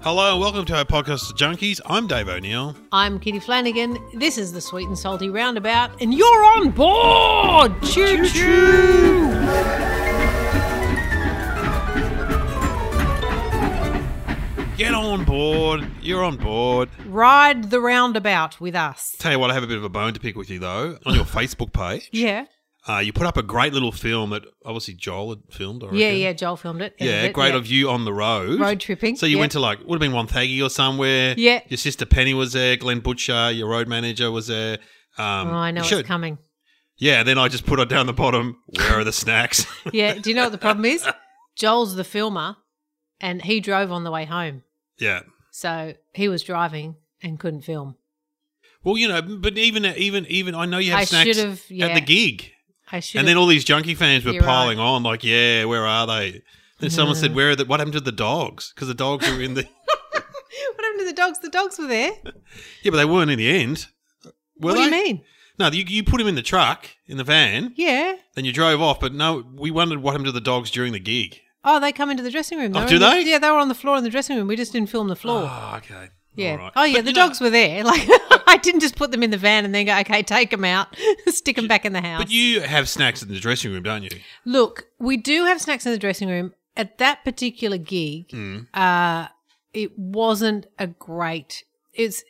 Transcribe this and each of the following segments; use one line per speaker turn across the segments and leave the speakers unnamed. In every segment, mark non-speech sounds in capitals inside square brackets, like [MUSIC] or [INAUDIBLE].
Hello and welcome to our podcast, Junkies. I'm Dave O'Neill.
I'm Kitty Flanagan. This is the Sweet and Salty Roundabout, and you're on board! Choo choo!
Get on board. You're on board.
Ride the roundabout with us.
Tell you what, I have a bit of a bone to pick with you though. [LAUGHS] On your Facebook page,
Yeah.
uh, you put up a great little film that obviously Joel had filmed. I
Yeah,
reckon.
yeah. Joel filmed it.
Yeah,
edited it,
great
yeah.
of you on the road.
Road tripping,
So you
yeah.
went to like, would have been Wonthaggi or somewhere.
Yeah.
Your sister Penny was there, Glenn Butcher, your road manager was there. Um,
Oh, I know
you
it's
should-
coming.
Yeah, then I just put it down the bottom, where are the
[LAUGHS]
snacks?
Yeah. Do you know what the
[LAUGHS]
problem is? Joel's the filmer, and he drove on the way home.
yeah.
So he was driving and couldn't film.
Well, you know, but even, even, even, I know you have
I
snacks
should've-
at
yeah.
the gig.
I should.
and then all these junkie fans were
You're Mm.
piling on, like, yeah, where are they? Then someone
Yeah.
said, where are the, what happened to the dogs? Because the dogs were in the,
[LAUGHS]
[LAUGHS]
what happened to the dogs? The dogs were there.
yeah, but they weren't in the end. Were
what do
they?
you mean?
No, you, you put them in the truck, in the van.
Yeah.
Then you drove off, but no, we wondered what happened to the dogs during the gig.
Oh, they come into the dressing room.
Oh,
were
do
in the-
they?
yeah, they were on the floor in the dressing room. We just didn't film the floor.
Oh, okay.
yeah.
All right.
Oh, yeah.
But
the
you know-
dogs were there. [LAUGHS] Like I didn't just put them in the van and then go, okay, take them out, [LAUGHS] stick them back in the house.
But you have snacks in the dressing room, don't you?
Look, we do have snacks in the dressing room. At that particular gig, uh, it wasn't a great. It's,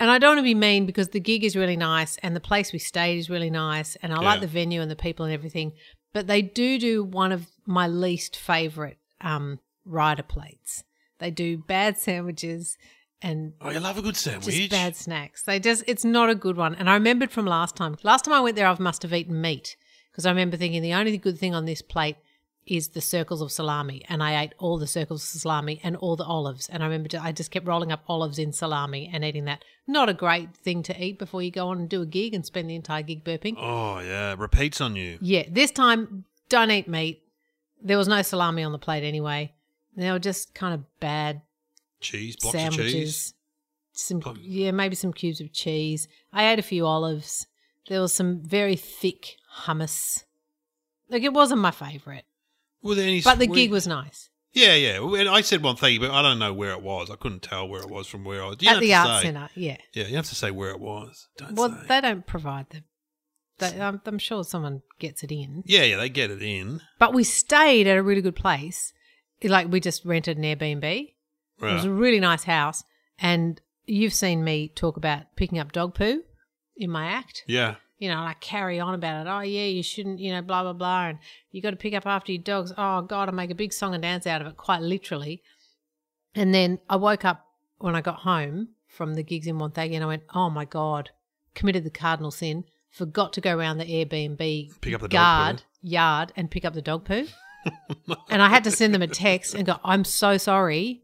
and I don't want to be mean because the gig is really nice and the place we stayed is really nice and I like
Yeah.
the venue and the people and everything. But they do do one of my least favorite um, rider plates. They do bad sandwiches and
Oh, you love a good sandwich.
just bad snacks. They just it's not a good one. And I remembered from last time. Last time I went there, I must have eaten meat because I remember thinking the only good thing on this plate is the circles of salami, and I ate all the circles of salami and all the olives. And I remember ju- I just kept rolling up olives in salami and eating that. Not a great thing to eat before you go on and do a gig and spend the entire gig burping.
Oh, yeah. Repeats on you.
Yeah, this time don't eat meat. There was no salami on the plate anyway. They were just kind of bad
Cheese, blocks of
sandwiches,
cheese.
some
Block-
yeah, maybe some cubes of cheese. I ate a few olives. There was some very thick hummus. Like it wasn't my favorite,
Were there any
but the
sweet-
gig was nice
Yeah, yeah. Well, And I said one thing, but I don't know where it was. I couldn't tell where it was from where I was. You
at
don't
the
have
art
to say.
center. Yeah,
Yeah, you have to say where it was. Don't
well,
say.
they don't provide them. They, I'm, I'm sure someone gets it in.
Yeah, yeah. They get it in.
But we stayed at a really good place. Like we just rented an Airbnb. It was
Right.
a really nice house, and you've seen me talk about picking up dog poo in my act.
Yeah.
you know, and I carry on about it. Oh yeah, you shouldn't, you know, blah blah blah, and you got to pick up after your dogs. Oh god, I make a big song and dance out of it, quite literally. And then I woke up when I got home from the gigs in Montague, and I went, oh my god, committed the cardinal sin, forgot to go around the Airbnb
Pick up the dog
guard
poo. [LAUGHS]
yard and pick up the dog poo. and I had to send them a text and go, I'm so sorry.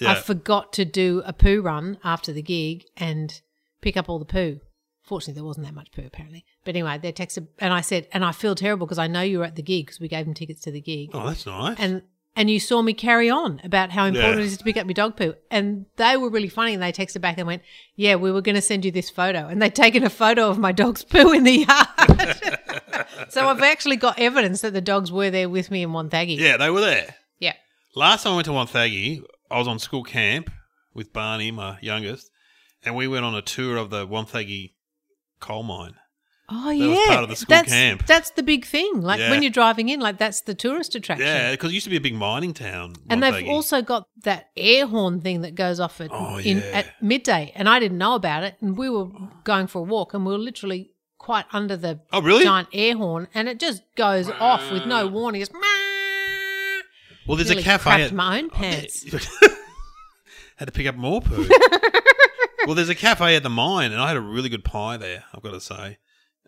I
Yeah.
forgot to do a poo run after the gig and pick up all the poo. Fortunately, there wasn't that much poo apparently. But anyway, they texted and I said, and I feel terrible because I know you were at the gig because we gave them tickets to the gig.
oh, that's nice.
And and you saw me carry on about how important
Yeah.
it is to pick up your dog poo. And they were really funny and they texted back and went, Yeah, we were going to send you this photo. And they'd taken a photo of my dog's poo in the yard. [LAUGHS] so I've actually got evidence that the dogs were there with me in Wonthaggi.
yeah, they were there.
yeah.
Last time I went to Wonthaggi, I was on school camp with Barney, my youngest, and we went on a tour of the Wonthaggi coal mine.
Oh
That
yeah,
was part of the school
that's,
camp.
That's the big thing. Like
Yeah.
when you're driving in, like that's the tourist attraction.
Yeah, because it used to be a big mining town.
And they've
Wonthaggi.
also got that air horn thing that goes off at
Oh,
in
yeah.
at midday, and I didn't know about it. And we were going for a walk, and we were literally quite under the
Oh, really?
giant air horn, and it just goes off with no warning. It's there's
Well, there's
nearly
a cafe.
crapped
At, Oh,
my own pants.
[LAUGHS] had to pick up more
[LAUGHS]
poo. well, there's a cafe at the mine, and I had a really good pie there. I've got to say.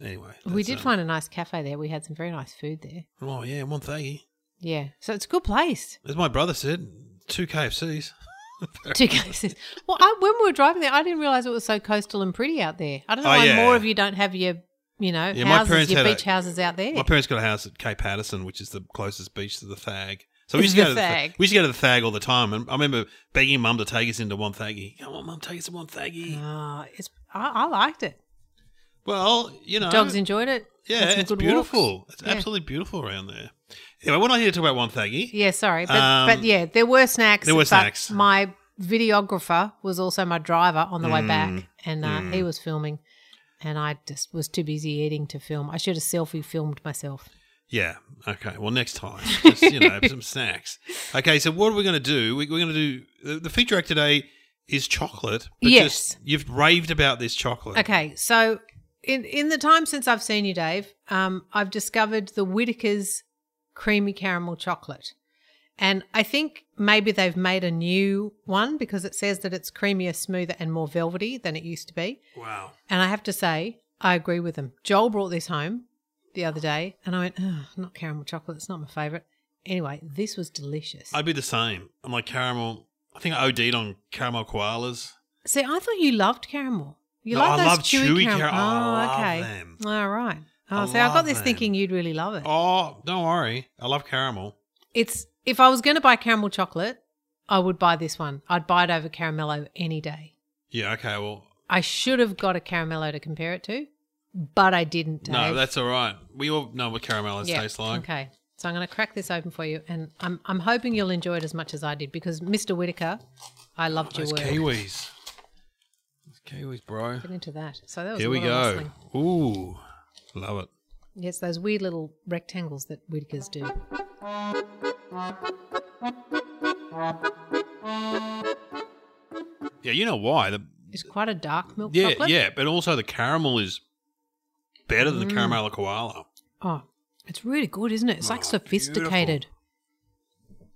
Anyway,
we
that's,
did
um,
find a nice cafe there. We had some very nice food there.
Oh yeah, Montague.
Yeah, so it's a good place.
As my brother said, two KFCs.
Two cases. Well, I, when we were driving there, I didn't realize it was so coastal and pretty out there. I don't know
Oh,
why
yeah.
more of you don't have your, you know,
Yeah, my
houses,
parents
your
had a-
beach houses out there.
My parents got a house at Cape Patterson, which is the closest beach to the Thag. So we used to
It's
go
the
to the Thag.
Thag.
We used to go to the Thag all the time, and I remember begging Mum to take us into Wonthaggi. Come on, Mum, take us to Wonthaggi.
Ah, it's I, I liked it.
Well, you know,
Dogs enjoyed it. Had
Uh, yeah,
some
it's
good
beautiful.
walks.
It's
Yeah.
absolutely beautiful around there. Anyway, we're not here to talk about Wonthaggi.
Yeah, sorry, but,
Um,
but yeah, there were snacks.
there were
but
snacks.
My videographer was also my driver on the
Mm,
way back, and uh, he was filming, and I just was too busy eating to film. I should have selfie filmed myself.
Yeah. Okay. Well, next time, just, you know, some
[LAUGHS]
snacks. Okay. So what are we going to do? We, we're going to do the, the feature act today is chocolate.
Yes.
just- you've raved about this chocolate.
Okay, so in in the time since I've seen you, Dave, um, I've discovered the Whitaker's creamy caramel chocolate, and I think maybe they've made a new one because it says that it's creamier, smoother, and more velvety than it used to be.
Wow.
And I have to say, I agree with them. Joel brought this home the other day, and I went, oh, not caramel chocolate. It's not my favorite. Anyway, this was delicious.
I'd be the same. I'm like caramel. I think I OD'd on caramel koalas.
See, I thought you loved caramel. You
No,
like
I
those
love
chewy,
chewy
caramel.
caram- I
oh,
love
okay.
them.
All right. Oh,
I
so I got
love
this
them.
thinking you'd really love it.
Oh, don't worry. I love caramel.
It's if I was going to buy caramel chocolate, I would buy this one. I'd buy it over caramello any day.
Yeah. Okay. Well,
I should have got a caramello to compare it to, but I didn't. Dave.
no, that's all right. We all know what caramellos taste like.
Okay. So I'm going to crack this open for you, and I'm I'm hoping you'll enjoy it as much as I did because Mr. Whitaker, I loved your
Those
work.
kiwis. Those kiwis, bro.
Get into that. So that was
Here
a
we
lot of
go.
rustling.
Ooh, love it.
Yes, those weird little rectangles that Whitakers do.
Yeah. You know why the
It's quite a dark milk
Yeah,
chocolate.
yeah, but also the caramel is better than
Mm.
the caramel koala.
Oh, it's really good, isn't it? It's like
Oh,
sophisticated.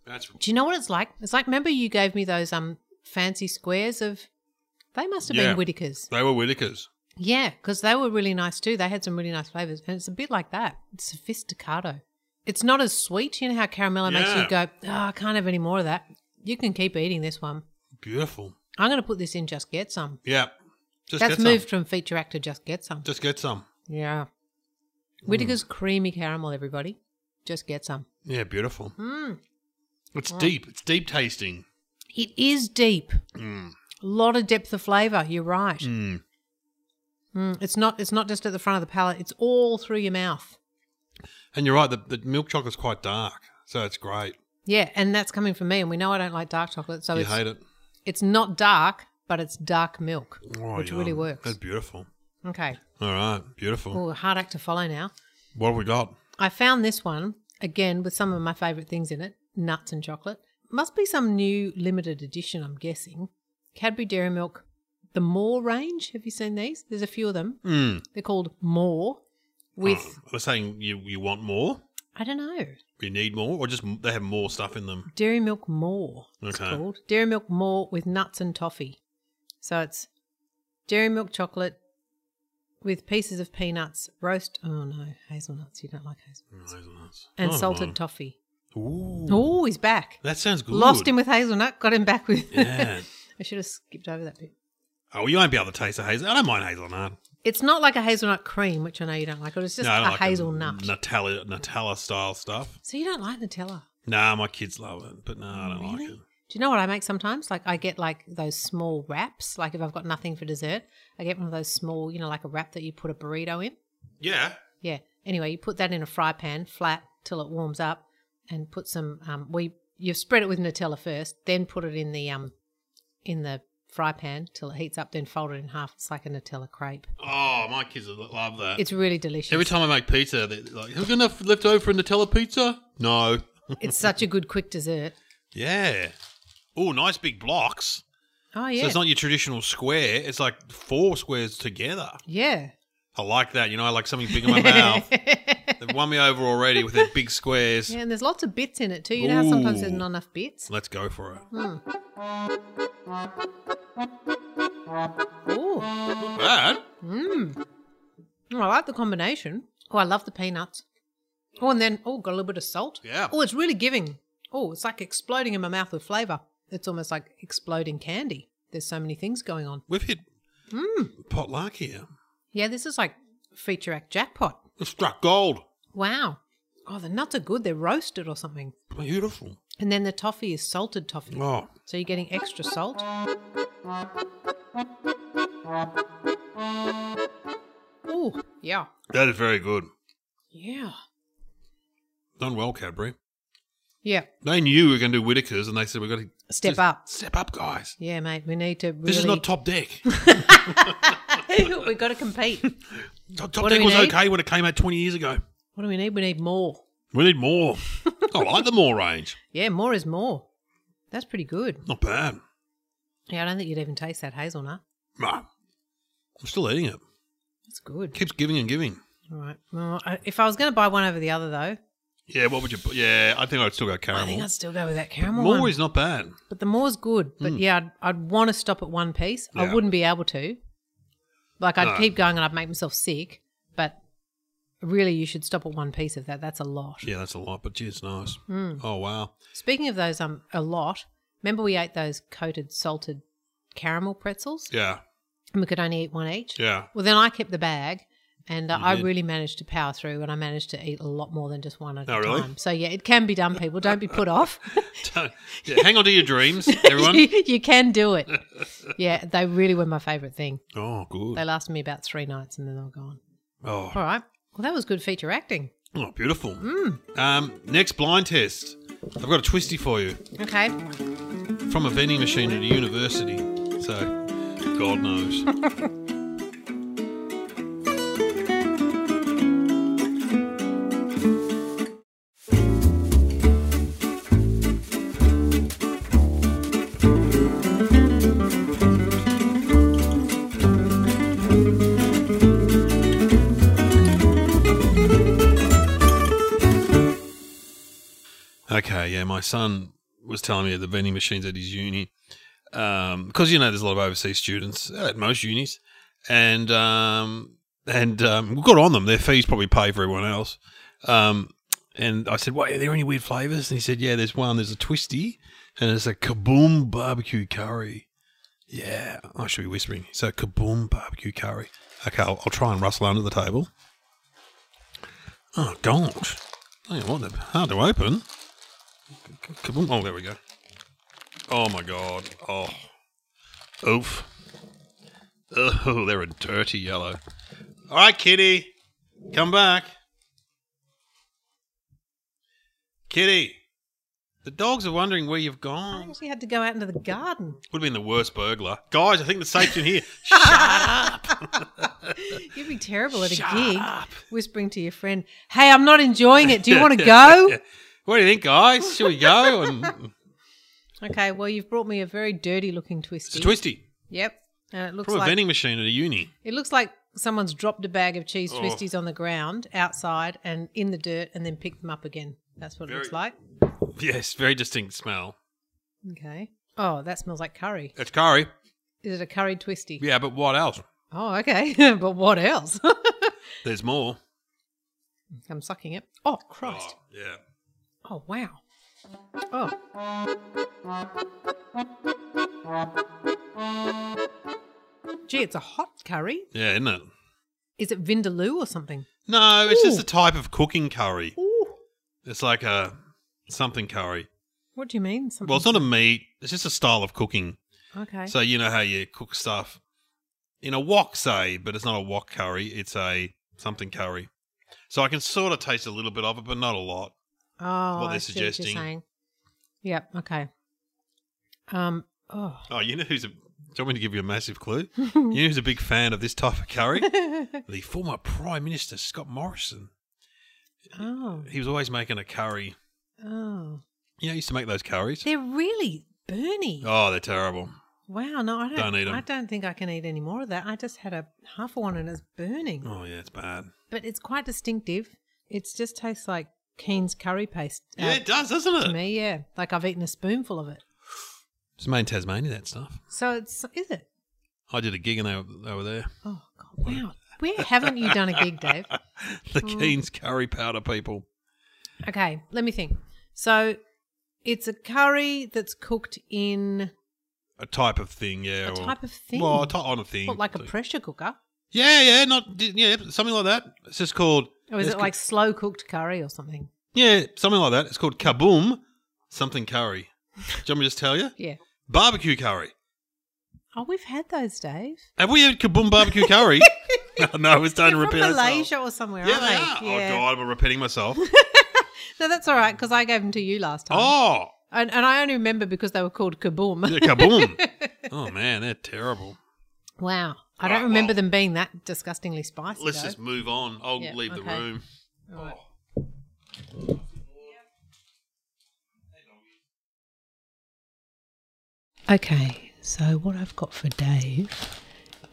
That's
Do you know what it's like? It's like remember you gave me those um fancy squares of. They must have
Yeah.
been Whitakers.
they were Whitakers.
Yeah, because they were really nice too. They had some really nice flavors, and it's a bit like that. It's sophisticato. It's not as sweet. You know how caramello makes you
Yeah.
go, oh, I can't have any more of that. You can keep eating this one.
Beautiful.
I'm going to put this in. Just get some.
Yeah. Just
That's
get
moved
some.
from feature act to just get some.
Just get some.
yeah. Whitaker's creamy caramel, everybody. Just get some.
Yeah, beautiful.
Mm.
It's deep. It's deep tasting.
It is deep.
Mm.
A lot of depth of flavor. You're right.
Mm.
Mm, It's not. It's not just at the front of the palate. It's all through your mouth.
And you're right, the, the milk chocolate's quite dark, so it's great.
Yeah, and that's coming from me. And we know I don't like dark chocolate, so
you
it's
hate it.
it's not dark, but it's dark milk,
Oh,
which
yum.
really works.
That's beautiful.
Okay.
All right, beautiful.
Well, hard act to follow now.
What have we got?
I found this one again with some of my favorite things in it: nuts and chocolate. Must be some new limited edition, I'm guessing. Cadbury Dairy Milk, the More range. Have you seen these? There's a few of them.
Mm.
They're called More. With
Oh, I was saying you, you want more,
I don't know
you need more, or just m- they have more stuff in them.
Dairy Milk More. It's
Okay.
called Dairy Milk More with nuts and toffee. So it's Dairy Milk chocolate with pieces of peanuts, roast. Oh no, hazelnuts. You don't like hazelnuts.
Hazelnuts.
And
Oh,
salted
no.
toffee.
Ooh,
Oh, he's back.
that sounds good.
Lost him with hazelnut, got him back with.
[LAUGHS] Yeah.
[LAUGHS] I should have skipped over that bit.
Oh, you won't be able to taste the hazel. I don't mind hazelnut.
It's not like a hazelnut cream, which I know you don't like. It was just
no, I
a
don't like the
hazelnut.
Nutella, Nutella style stuff.
So you don't like Nutella?
Nah, my kids love it, but no, I don't like it.
Do you know what I make sometimes? Like I get like those small wraps. Like if I've got nothing for dessert, I get one of those small, you know, like a wrap that you put a burrito in.
Yeah.
Yeah. Anyway, you put that in a fry pan flat till it warms up, and put some. Um, we you spread it with Nutella first, then put it in the um, in the fry pan till it heats up, then fold it in half. It's like a Nutella crepe.
Oh, my kids lo- love that.
It's really delicious.
Every time I make pizza, they're like, "Have we got enough left over for a Nutella pizza?" No.
it's such a good quick dessert.
Yeah. Oh, nice big blocks.
Oh yeah.
So it's not your traditional square. It's like four squares together.
yeah.
I like that. You know, I like something big in
[LAUGHS]
my mouth. They've won me over already with their big squares.
Yeah, and there's lots of bits in it too. You know how sometimes there's
Ooh.
not enough bits?
Let's go for it.
Ooh.
Not bad.
Mm, I like the combination. Oh, I love the peanuts. Oh, and then, oh, got a little bit of salt.
Yeah.
Oh, it's really giving. Oh, it's like exploding in my mouth with flavour. It's almost like exploding candy. There's so many things going on.
We've hit
Mm.
pot luck here.
Yeah, this is like feature act jackpot.
We've struck gold.
Wow. Oh, the nuts are good. They're roasted or something.
Beautiful.
And then the toffee is salted toffee.
Oh,
So you're getting extra salt. Oh, yeah.
that is very good.
Yeah.
Done well, Cadbury.
Yeah.
They knew we were going to do Whitakers, and they said we've got to
Step
just
up.
Step up, guys.
Yeah, mate. We need to really.
This is not top
[LAUGHS]
deck.
We've got to compete.
Top, top
What do
Deck
we
was
need?
okay when it came out 20 years ago.
What do we need? We need more.
We need [LAUGHS] more. I like the more range.
Yeah, more is more. That's pretty good.
Not bad.
Yeah, I don't think you'd even taste that hazelnut.
No. I'm still eating it.
That's good.
Keeps giving and giving.
All right. Well, I, if I was going to buy one over the other, though,
Yeah, what would you put? Yeah, I think I'd still go caramel.
I think I'd still go with that caramel
more
one.
is not bad.
but the more's good. But yeah, I'd, I'd want to stop at one piece.
Yeah.
I wouldn't be able to. Like, I'd
No.
keep going and I'd make myself sick. But really, you should stop at one piece of that. That's a lot.
Yeah, that's a lot, but gee, it's nice.
Hmm.
Oh, wow.
Speaking of those, um, a lot. Remember, we ate those coated salted caramel pretzels,
Yeah,
and we could only eat one each.
yeah. [LAUGHS]
Well, then I kept the bag, and uh,
You
I
did.
really managed to power through, and I managed to eat a lot more than just one at
Oh,
a
really?
time. So yeah, it can be done, people. Don't be put off. [LAUGHS]
Don't- yeah, Hang on to your dreams, everyone.
you, you can do it. Yeah, they really were my favorite thing.
oh,
They
good.
lasted me about three nights, and then they were gone.
Oh,
All right. Well, that was good feature acting.
oh beautiful.
Hmm.
Um, next blind test. I've got a twisty for you
Okay.
from a vending machine at a university. So, God knows. Okay, yeah, my son was telling me at the vending machines at his uni, because you know there's a lot of overseas students at most unis, and um, and um, good on them. Their fees probably pay for everyone else. Um, and I said, "Wait, are there any weird flavors?" And he said, "Yeah, there's one. There's a twisty, and it's a kaboom barbecue curry." Yeah, I should be whispering. So kaboom barbecue curry. Okay, I'll, I'll try and rustle under the table. Oh gosh, I what, they're hard to open. Kaboom. Oh, there we go. Oh my god. Oh. Oof. Oh, they're a dirty yellow. All right, kitty. Come back. Kitty. The dogs are wondering where you've
I
gone.
actually had to go out into the garden.
Would have been the worst burglar. Guys, I think the safe's in here. [LAUGHS]
You'd be terrible at a
Shut
gig,
up.
whispering to your friend, "Hey, I'm not enjoying it. Do
[LAUGHS]
you want to go?"
what do you think, guys? Should we
[LAUGHS]
go? And
Okay, well, you've brought me a very dirty-looking twisty.
it's a twisty.
Yep, and it looks
From a
like
vending machine at a uni.
it looks like someone's dropped a bag of
Oh.
cheese twisties on the ground outside and in the dirt, and then picked them up again. That's what it
Very-
looks like.
Yes, very distinct smell.
Okay. Oh, that smells like curry.
It's curry.
Is it a curried twisty?
Yeah, but what else?
Oh, okay. [LAUGHS] but what else? [LAUGHS]
There's more.
I'm sucking it. Oh, Christ.
Oh, yeah.
Oh, wow. Oh. Gee, it's a hot curry.
Yeah, isn't it?
Is it vindaloo or something?
No, it's just
Ooh.
a type of cooking curry.
Ooh.
It's like a something curry.
What do you mean? Something?
Well, it's not a meat. It's just a style of cooking.
okay.
So you know how you cook stuff in a wok, say, but it's not a wok curry. It's a something curry. So I can sort of taste a little bit of it, but not a lot.
oh,
what
I
they're
see you're
suggesting.
saying. Yep. Okay. Um. Oh.
Oh, you know who's a. Do you want me to give you a massive clue? [LAUGHS] you know who's a big fan of this type of
[LAUGHS]
curry? the former Prime Minister Scott Morrison.
oh.
He was always making a curry.
Oh.
You know, he used to make those curries.
They're really burny.
Oh, they're terrible.
Wow. No, I don't.
Don't eat 'em.
I don't think I can eat any more of that. I just had a half of one and it's burning.
Oh, yeah, it's bad.
But it's quite distinctive. It just tastes like Keen's curry paste. uh,
Yeah, it does, doesn't it?
to me, yeah. Like I've eaten a spoonful of it.
It's made in Tasmania, that stuff.
So it's is it?
I did a gig and they were, they were there.
Oh God! Wow. Where haven't you done a gig, Dave?
[LAUGHS]
Mm.
The Keen's curry powder people.
Okay, let me think. So it's a curry that's cooked in
A type of thing, yeah.
A
or-
type of thing?
Well, a type on a thing.
what, like a pressure cooker,
yeah, yeah, not yeah, something like that. It's just called.
or is
it's
it like slow cooked curry or something?
Yeah, something like that. It's called kaboom, something curry. Do you want me to just tell you?
Yeah.
Barbecue curry.
Oh, we've had those, Dave.
Have we had kaboom barbecue
[LAUGHS]
curry? [LAUGHS] no, it's
They're
done to
from
repeat itself.
Malaysia or somewhere,
Yeah,
aren't
they
they?
are. Oh god, I'm repeating
[LAUGHS]
myself.
No, that's all right because I gave them to you last time,
oh,
and, and I only remember because they were called kaboom.
yeah, kaboom. oh man, they're terrible.
[LAUGHS] Wow, I
All
don't
right,
remember
well-
them being that disgustingly spicy.
Let's
though.
just move on. I'll
Yeah,
leave the
okay.
room.
All right. Okay, so what I've got for Dave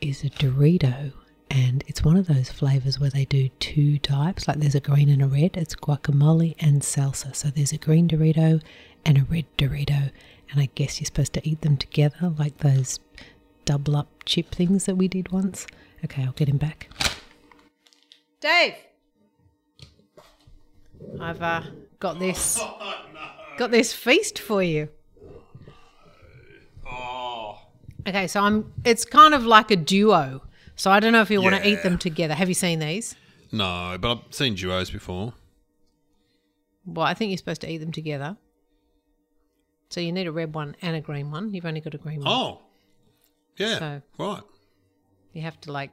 is a Dorito, and it's one of those flavors where they do two types like there's a green and a red, it's guacamole and salsa. So there's a green Dorito and a red Dorito, and I guess you're supposed to eat them together like those double up chip things that we did once. Okay, I'll get him back. Dave! I've uh, got this. Got this feast for you.
Oh,
Okay, so I'm. It's kind of like a duo. So I don't know if you want to eat
Yeah.
them together. Have you seen these?
no, but I've seen duos before.
Well, I think you're supposed to eat them together. So you need a red one and a green one. You've only got a green one.
Oh, yeah,
So-
right.
You have to like.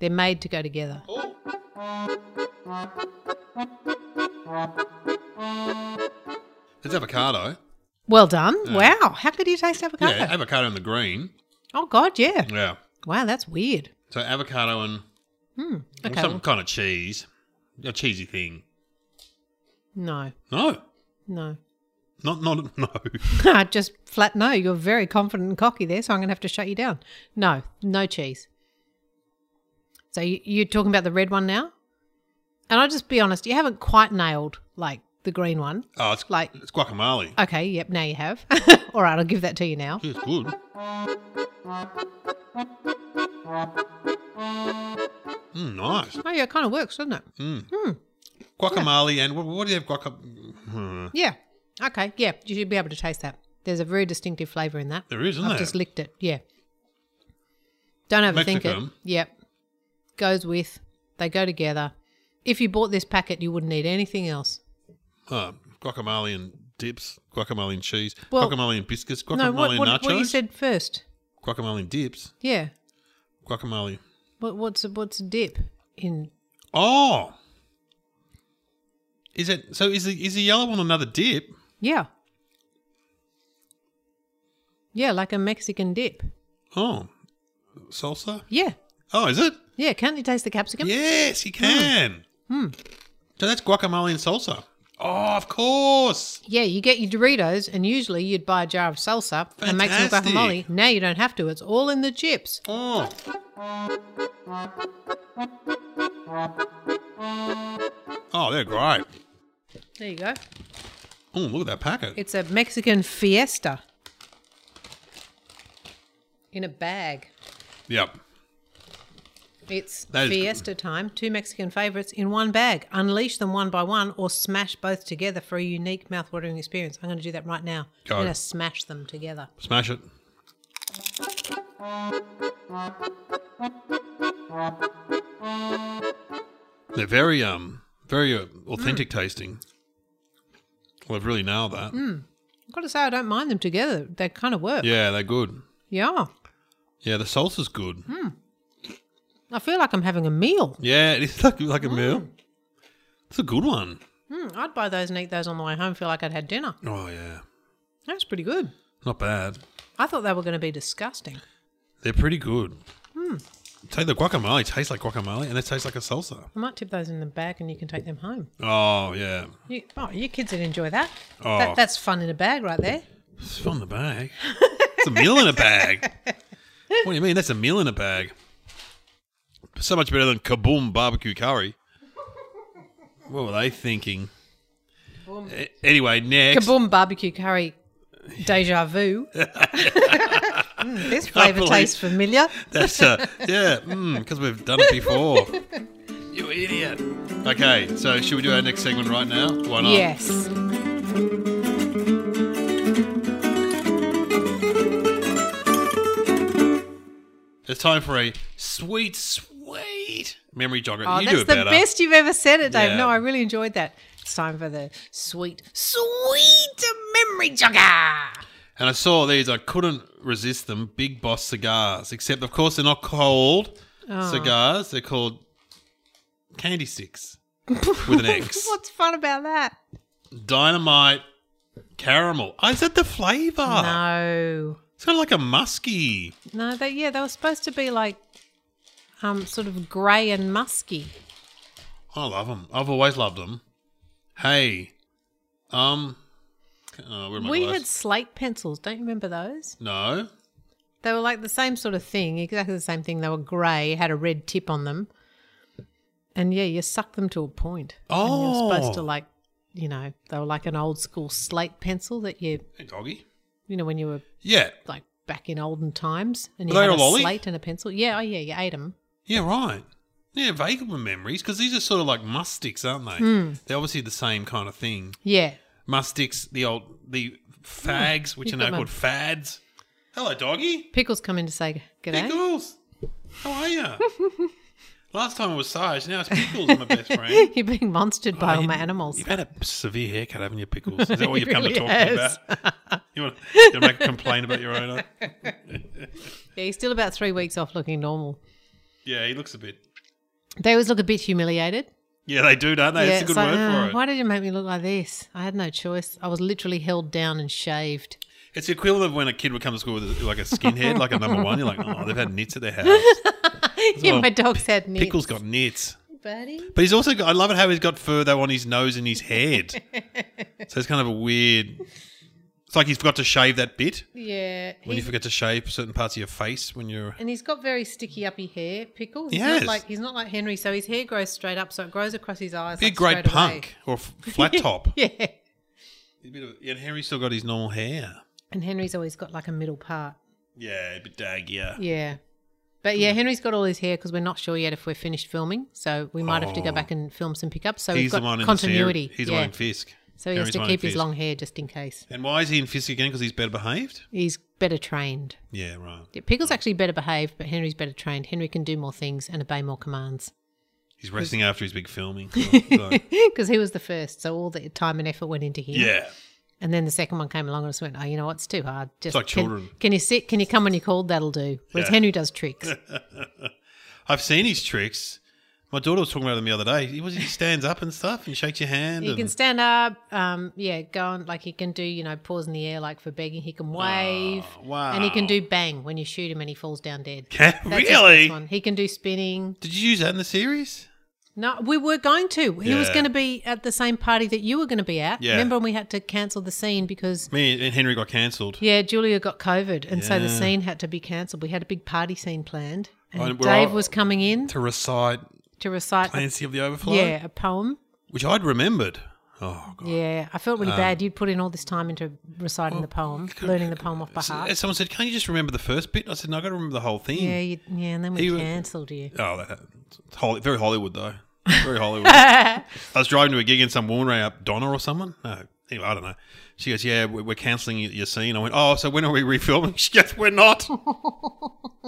They're made to go together.
Oh. It's avocado.
Well done. Wow. How could you taste avocado?
Yeah, avocado and the green.
Oh God, yeah.
Yeah.
Wow, that's weird.
So avocado and
Okay.
some kind of cheese, a cheesy thing.
No,
No,
no.
not not [LAUGHS] no.
[LAUGHS] Just flat no. You're very confident and cocky there, so I'm going to have to shut you down. No, no cheese. So you, you're talking about the red one now? And I'll just be honest, you haven't quite nailed like the green one.
Oh, it's
Like-
it's guacamole.
Okay, yep, now you have. [LAUGHS] All right, I'll give that to you now.
Yeah, it's good. Mm, nice.
Oh, yeah, it kind of works, doesn't it?
Guacamole and what, what do you have? Guacamole.
Yeah. Okay, yeah, you should be able to taste that. There's a very distinctive flavour in that.
There is, isn't
I've
there?
just licked it, yeah. Don't overthink
Mexican.
it. Yep. Goes with, they go together. If you bought this packet, you wouldn't need anything else.
Oh, guacamole and dips, guacamole and cheese,
Well-
guacamole and biscuits, guacamole
no, what,
and
what,
nachos,
what you said first.
guacamole and dips,
Yeah.
guacamole.
What, what's, a, what's a dip in?
Oh, is it? So is the is the yellow one another dip?
Yeah. Yeah, like a Mexican dip.
Oh, salsa.
Yeah.
Oh, is it?
Yeah, can't you taste the capsicum?
Yes, you can. So that's guacamole and salsa. Oh, of course.
Yeah, you get your Doritos, and usually you'd buy a jar of salsa and make some
Fantastic.
guacamole. Now you don't have to; it's all in the chips.
Oh. Oh, they're great.
There you go.
Oh, look at that packet.
It's a Mexican fiesta in a bag.
Yep.
It's
That is good.
fiesta time. Two Mexican favorites in one bag. Unleash them one by one or smash both together for a unique mouthwatering experience. I'm going to do that right now.
Go.
I'm going to smash them together.
Smash it. They're very um very uh, authentic tasting. Well, they've really nailed that.
I've got to say, I don't mind them together. They kind of work.
Yeah, they're good.
Yeah.
Yeah, the salsa's good.
I feel like I'm having a meal.
Yeah, it is [LAUGHS] like, like a meal. It's a good one.
Mm, I'd buy those and eat those on the way home. Feel like I'd had dinner.
Oh yeah,
That's pretty good.
not bad.
I thought they were going to be disgusting.
They're pretty good. Take the guacamole tastes like guacamole, and it tastes like a salsa.
I might tip those in the bag and you can take them home.
Oh yeah,
You, oh, your kids would enjoy that.
Oh.
that. That's fun in a bag right there.
it's from the
[LAUGHS]
bag. It's a meal in a bag. What do you mean? That's a meal in a bag. So much better than kaboom barbecue curry. What were they thinking? A- Anyway, next
Kaboom barbecue curry deja vu. [LAUGHS] Mm, this flavour
believe-
tastes familiar.
That's a, yeah, because we've done it
[LAUGHS]
before. you idiot. Okay, so should we do our next segment right now? Why not?
Yes.
It's time for a sweet, sweet memory jogger.
Oh,
you do
that's
it
the
better.
best you've ever said it, Dave.
Yeah.
No, I really enjoyed that. It's time for the sweet, sweet memory jogger.
And I saw these. I couldn't resist them. Big Boss cigars. Except, of course, they're not called
Oh.
cigars. They're called candy sticks with
[LAUGHS]
an X.
What's fun about that?
Dynamite caramel. Oh, is that the flavour?
No.
It's kind of like a musky.
No, they yeah, they were supposed to be like um sort of grey and musky.
I love them. I've always loved them. Hey, um, oh, where are my
We had
gloves?
slate pencils, don't you remember those?
no.
They were like the same sort of thing, exactly the same thing. They were grey, had a red tip on them. And yeah, you suck them to a point. And you're supposed to
Oh.
like you know, they were like an old school slate pencil that you
Hey, doggy.
you know, when you were
Yeah,
like back in olden times and you
Were they
had a
a lolly?
slate and a pencil. Yeah, oh yeah, you ate them.
yeah, right. Yeah, vague memories because these are sort of like mustics, aren't they?
Hmm.
They're obviously the same kind of thing.
Yeah.
Mustics, the old the fags, which are
you've
now
got
called fads. Hello, doggy.
Pickles come in to say g'day. [LAUGHS]
Pickles. How are you? Last time it was Sarge. Now it's Pickles, my best friend.
You're being monstered by all
[LAUGHS]
my animals.
You've had a severe haircut, haven't you, Pickles? Is that what you've come
He
to talk to me
really
about?
[LAUGHS]
You want to make a complaint about your owner?
Yeah, he's still about three weeks off looking normal.
Yeah, he looks a bit.
They always look a bit humiliated.
Yeah, they do, don't they?
yeah,
That's a good
it's like,
word
"Oh,
for it.
Why did you make me look like this? I had no choice. I was literally held down
[LAUGHS]
and shaved.
It's the equivalent of when a kid would come to school with like a skinhead, like a number one. You're like, oh, they've had nits at
[LAUGHS]
their house.
yeah,
well,
[LAUGHS] my dog's had nits.
Pickles got nits.
buddy.
But he's also got, I love it how he's got fur though on his nose and his
[LAUGHS]
head. so it's kind of a weird. It's like he's forgot to shave that bit.
Yeah,
When you
he-
forget to shave certain parts of your face when you're.
and he's got very sticky uppy hair. Pickles.
He
He's
has.
not like he's not like Henry, so his hair grows straight up, so it grows across his eyes.
Be a
like,
great
straight away.
punk or f- flat top.
[LAUGHS] Yeah,
A bit of- and Henry's still got his normal hair.
and Henry's always got like a middle part.
Yeah, a bit daggier.
Yeah. But
Hmm.
yeah, Henry's got all his hair because we're not sure yet if we're finished filming, so we might have to
Oh.
go back and film some pickups. So
He's
we've
the
got
one in
continuity.
The series. He's
yeah.
the one in Fisk.
so he
Henry's the
has to
one in
keep his
Fisk.
long hair just in case.
And why is he in Fisk again? Because he's better behaved.
He's better trained.
Yeah, right.
Yeah, Pickle's actually better behaved, but Henry's better trained. Henry can do more things and obey more commands [LAUGHS]
He's resting after his big filming. So-
because he was the first. So all the time and effort went into him.
yeah,
And then the second one came along and just went, oh, you know what? It's too hard. Just
like
can-
children.
Can, you sit? Can you come when you called? That'll do. Whereas
Yeah.
Henry
[LAUGHS]
does tricks.
I've seen his tricks. My daughter was talking about them the other day. He was he stands up and stuff and shakes your hand.
He
and,
can stand up. Um, yeah, go on. Like he can do, you know, paws in the air, like for begging. He can wave,
Oh, wow.
and he can do bang when you shoot him and he falls down dead.
Can-
That's
[LAUGHS]
his
really?
best one. He can do spinning.
Did you use that in the series?
No, we were going to. He was
Yeah.
going to be at the same party that you were going to be at.
Yeah.
Remember when we had to cancel the scene because
Me and Henry got cancelled.
yeah, Julia got COVID, and so the
Yeah.
scene had to be cancelled. We had a big party scene planned, and
And we're
Dave
all-
was coming in
To recite
to recite. a-
Clancy of the Overflow.
yeah, a poem.
which I'd remembered. I Oh god.
Yeah, I felt really bad. You'd put in all this time into reciting
oh,
the poem, learning the poem off by
So-
heart.
and someone said, "Can't you just remember the first bit?" I said, "No, I got to remember the whole thing."
Ah. yeah, you, yeah, and then we
He was-
cancelled you.
Oh, that, it's Holly, very Hollywood
[LAUGHS]
though. Very Hollywood. I was driving to a gig and some woman rang up Donna or someone. No, anyway, I don't know. She goes, "Yeah, we- we're cancelling y- your scene." I went, "Oh, so when are we [LAUGHS] refilming?" She goes, "We're
[LAUGHS]
not." oh,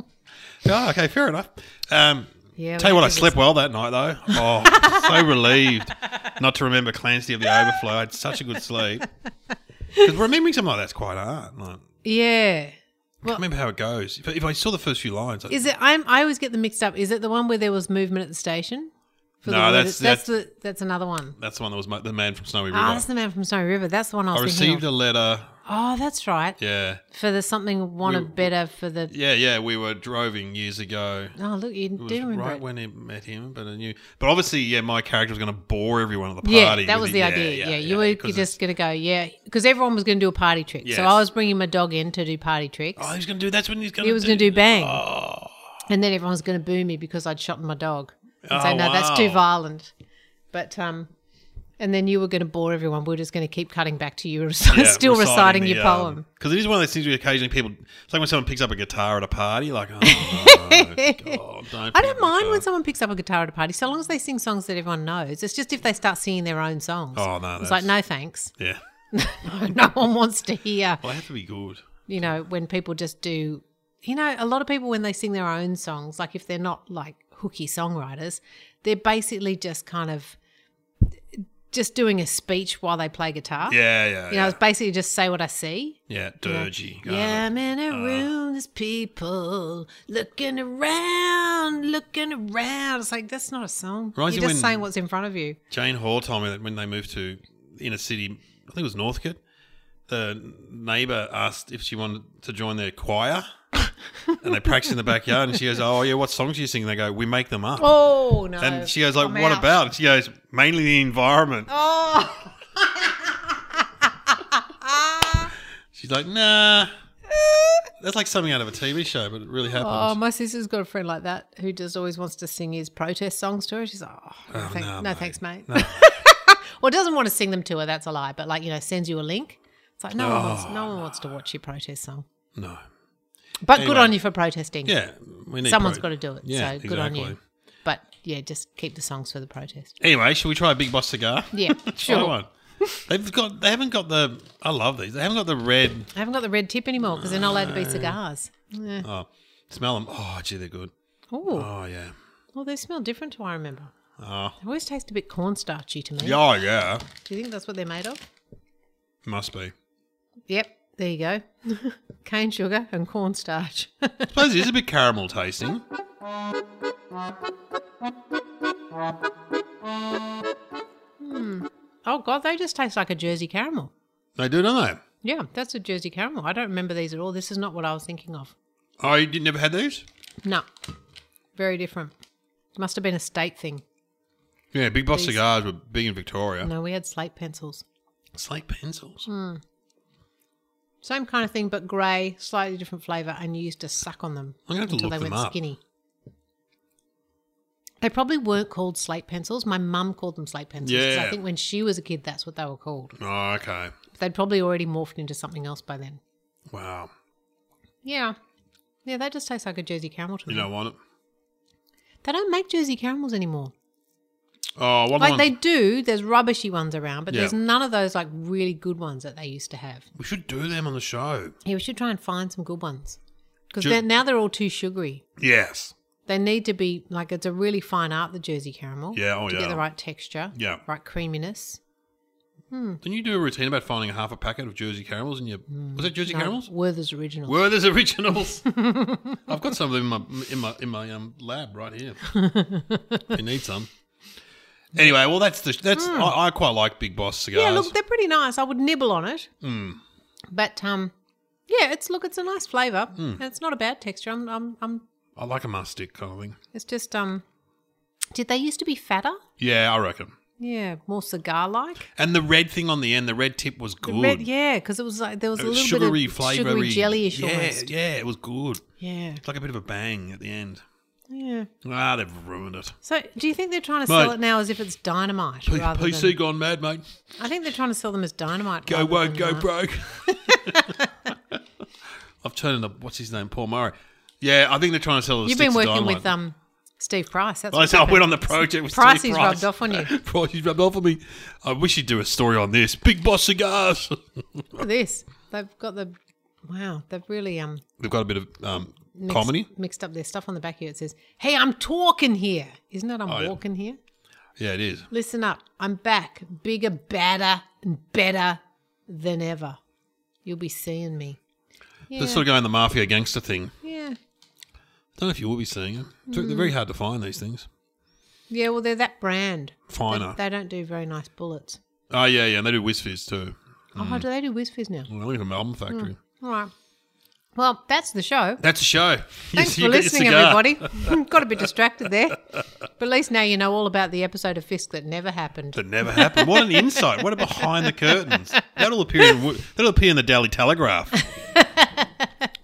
okay, fair enough. Um,
Yeah,
tell you
we
what, I
did
slept well that night though. Oh, [LAUGHS] so relieved not to remember Clancy of the Overflow. I had such a good
[LAUGHS]
sleep. Because remembering something like that's quite hard. Like,
Yeah.
I can't remember how it goes. If, if I saw the first few lines, I-
Is it? I'm. I always get them mixed up. Is it the one where there was movement at the station? For
No,
word-
that's-
the that's another one.
that's the one that was my, the man from Snowy River.
Ah, that's the man from Snowy River. That's the one I was
I
thinking
received
of.
a letter.
oh, that's right.
Yeah,
For the something wanted
We-
better for the.
yeah, yeah. We were driving years ago.
Oh, look, you
It was
do remember.
right
it.
when I met him, but I knew. But obviously, yeah, my character was going to bore everyone at the party.
Yeah, that
with
was
it.
the idea. Yeah, you were
'cause
just going to go, yeah, because everyone was going to do a party trick.
Yes.
So I was bringing my dog in to do party tricks.
it's- Oh, he's going to do. That's when he's going.
he was going to do bang.
Oh.
And then everyone was going to boo me because I'd shot my dog. And say,
Oh,
no, that's too
wow.
violent. But, um, and then you were going to bore everyone. We were just going to keep cutting back to you, [LAUGHS] rec- still reciting, your poem.
Because um, it is one of those things where occasionally people. It's like when someone picks up a guitar at a party. Like,
[LAUGHS]
oh, God, don't
I
pick up
don't
a
mind when
guitar.
someone picks up a guitar at a party, so long as they sing songs that everyone knows. It's just if they start singing their own songs.
Oh, no,
It's
that's-
like, no thanks. [LAUGHS]
Yeah,
no one wants to hear.
well, I have to be good.
you know, when people just do, you know, a lot of people when they sing their own songs, like if they're not like hooky songwriters, they're basically just kind of just doing a speech while they play guitar.
Yeah, yeah,
You know,
yeah.
it's basically just say what I see.
yeah, dirgy. God.
Yeah, I'm in
Uh,
a room, there's people looking around, looking around. It's like, that's not a song.
Reminds
You're
you
just
when-
saying what's in front of you.
Jane Hall told me that when they moved to inner city, I think it was Northcote, the neighbour asked if she wanted to join their
[LAUGHS]
choir. and they practice in the backyard, and she goes, "Oh yeah, what songs do you sing?" And they go, "We make them up."
Oh, no.
and she goes, "Like
I'm
what
out.
about?" And she goes, "Mainly the environment."
Oh.
She's like, "Nah, that's like something out of a TV show, but it really
Oh,
happens."
my sister's got a friend like that who just always wants to sing his protest songs to her. She's like, oh, no, thank-
no,
no
mate.
thanks, mate. [LAUGHS] or doesn't want to sing them to her. That's a lie. But like, you know, sends you a link. It's like no one wants,
Oh.
no one wants to watch your protest song.
no,
But good
Anyway.
on you for protesting.
yeah, we need
Someone's got
pro-
to do it.
Yeah,
so good on you.
exactly.
But yeah, just keep the songs for the protest.
Anyway, should we try a Big Boss cigar?
[LAUGHS] Yeah,
Try
sure. [LAUGHS]
one. They've got. They haven't got the. I love these. They haven't got the red.
I haven't got the red tip anymore because they're not allowed to be cigars. Yeah.
Oh, smell them. Oh, gee, they're good.
Oh,
Oh, yeah.
well, they smell different to what I remember.
Oh,
They always taste a bit cornstarchy to me.
yeah, oh, yeah.
Do you think that's what they're made of?
Must
[LAUGHS]
be.
Yep, there you go. [LAUGHS] Cane sugar and cornstarch. [LAUGHS]
Suppose it is a bit caramel tasting.
oh god, they just taste like a Jersey caramel.
They do, don't they?
Yeah, that's a Jersey caramel. I don't remember these at all. This is not what I was thinking of.
Oh, you did- never had these?
No, very different. Must have been a state thing.
Yeah, Big Boss
These-
cigars were big in Victoria.
No, Mm, we had slate pencils.
Slate pencils.
Same kind of thing, but grey, slightly different flavour, and you used to suck on them
I'm gonna have to
until
look
they
them
went
up.
skinny. They probably weren't called slate pencils. My mum called them slate pencils. 'cause I
Yeah.
think when she was a kid, that's what they were called.
Oh, okay.
They'd probably already morphed into something else by then.
Wow.
Yeah. Yeah, that just tastes like a Jersey caramel to me.
You don't want it?
They don't make Jersey caramels anymore.
Oh, one
Like
one.
they do, there's rubbishy ones around, but
Yeah.
there's none of those like really good ones that they used to have.
We should do them on the show.
Yeah, we should try and find some good ones. Because
Ju-
they're now they're all too sugary.
Yes.
They need to be like it's a really fine art, the Jersey caramel.
Yeah, oh,
to
yeah.
get the right texture.
Yeah.
Right creaminess.
Didn't you do a routine about finding a half a packet of Jersey caramels in your. Was that Jersey
Mm. No,
caramels?
Werther's original.
Were there's [LAUGHS]
[LAUGHS]
originals? I've got some of them in my in my in my um, lab right
[LAUGHS]
here. if you need some. Anyway, well that's the that's I, I quite like Big Boss cigars.
Hmm. yeah, look, they're pretty nice. I would nibble on it.
Hmm.
But um yeah, it's look, it's a nice flavour.
Hmm.
And it's not a bad texture. I'm I'm I'm
I like a must stick kind of thing.
It's just um did they used to be fatter?
Yeah, I reckon.
Yeah, more cigar like.
And the red thing on the end, the red tip was good.
Red, yeah, because it was like there was
It
a
was
little
sugary,
bit of
flavoury,
sugary jellyish
Yeah,
almost.
yeah, it was good.
Yeah.
It's like a bit of a bang at the end.
Yeah.
Ah, they've ruined it.
So do you think they're trying to sell
Mate.
it now as if it's dynamite?
P-
rather
PC
than,
gone mad, mate.
I think they're trying to sell them as dynamite.
Go
rather
woke,
than,
go
uh,
broke. [LAUGHS] I've turned into what's his name, Paul Murray. Yeah, I think they're trying to sell. The
You've
sticks
been
of
working
dynamite.
with um, Steve Price. That's
I
what's
said I
happened.
went on the project with
Price
Steve
is
Price.
rubbed off on you.
[LAUGHS] Price is rubbed off on me. I wish he'd do a story on this. Big Boss [LAUGHS] Cigars.
Look at this. They've got the wow. They've really um
They've got a bit of um,
mixed,
comedy.
mixed up their stuff on the back here. It says, "Hey, I'm talking here. Isn't it? I'm
Oh, yeah.
walking here.
Yeah, it is.
Listen up. I'm back, bigger, badder, and better than ever. You'll be seeing me. Yeah,
They're sort of going the mafia gangster thing.
yeah,
Don't know if you will be seeing them. They're
Mm.
they're very hard to find these things.
yeah. Well, they're that brand. They,
Finer.
they don't do very nice bullets.
Oh yeah, yeah, and they do whiz fizz too. Mm.
Oh, do they do whiz fizz now?
Well, look at the Melbourne factory.
All right. Well, that's the show.
That's a show. [LAUGHS]
Thanks for
got your
listening,
cigar. [LAUGHS]
everybody. [LAUGHS] Got a bit distracted there, but at least now you know all about the episode of Fisk that never happened.
That never happened. What an insight! What a behind the curtains. That'll appear. In, w- that'll appear in the Daily Telegraph.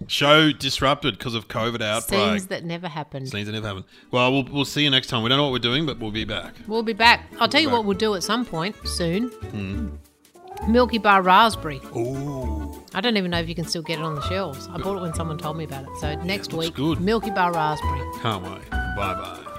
show disrupted because of COVID outbreak.
Scenes that never happened.
Scenes that never happened. Well, we'll we'll see you next time. We don't know what we're doing, but we'll be back.
We'll be back. I'll tell you
back. Hmm.
what we'll do at some point soon. Milky Bar Raspberry.
Ooh,
I don't even know if you can still get it on the shelves. I bought it when someone told me about it. So next
looks
week,
good.
Milky Bar Raspberry.
can't wait. Bye bye.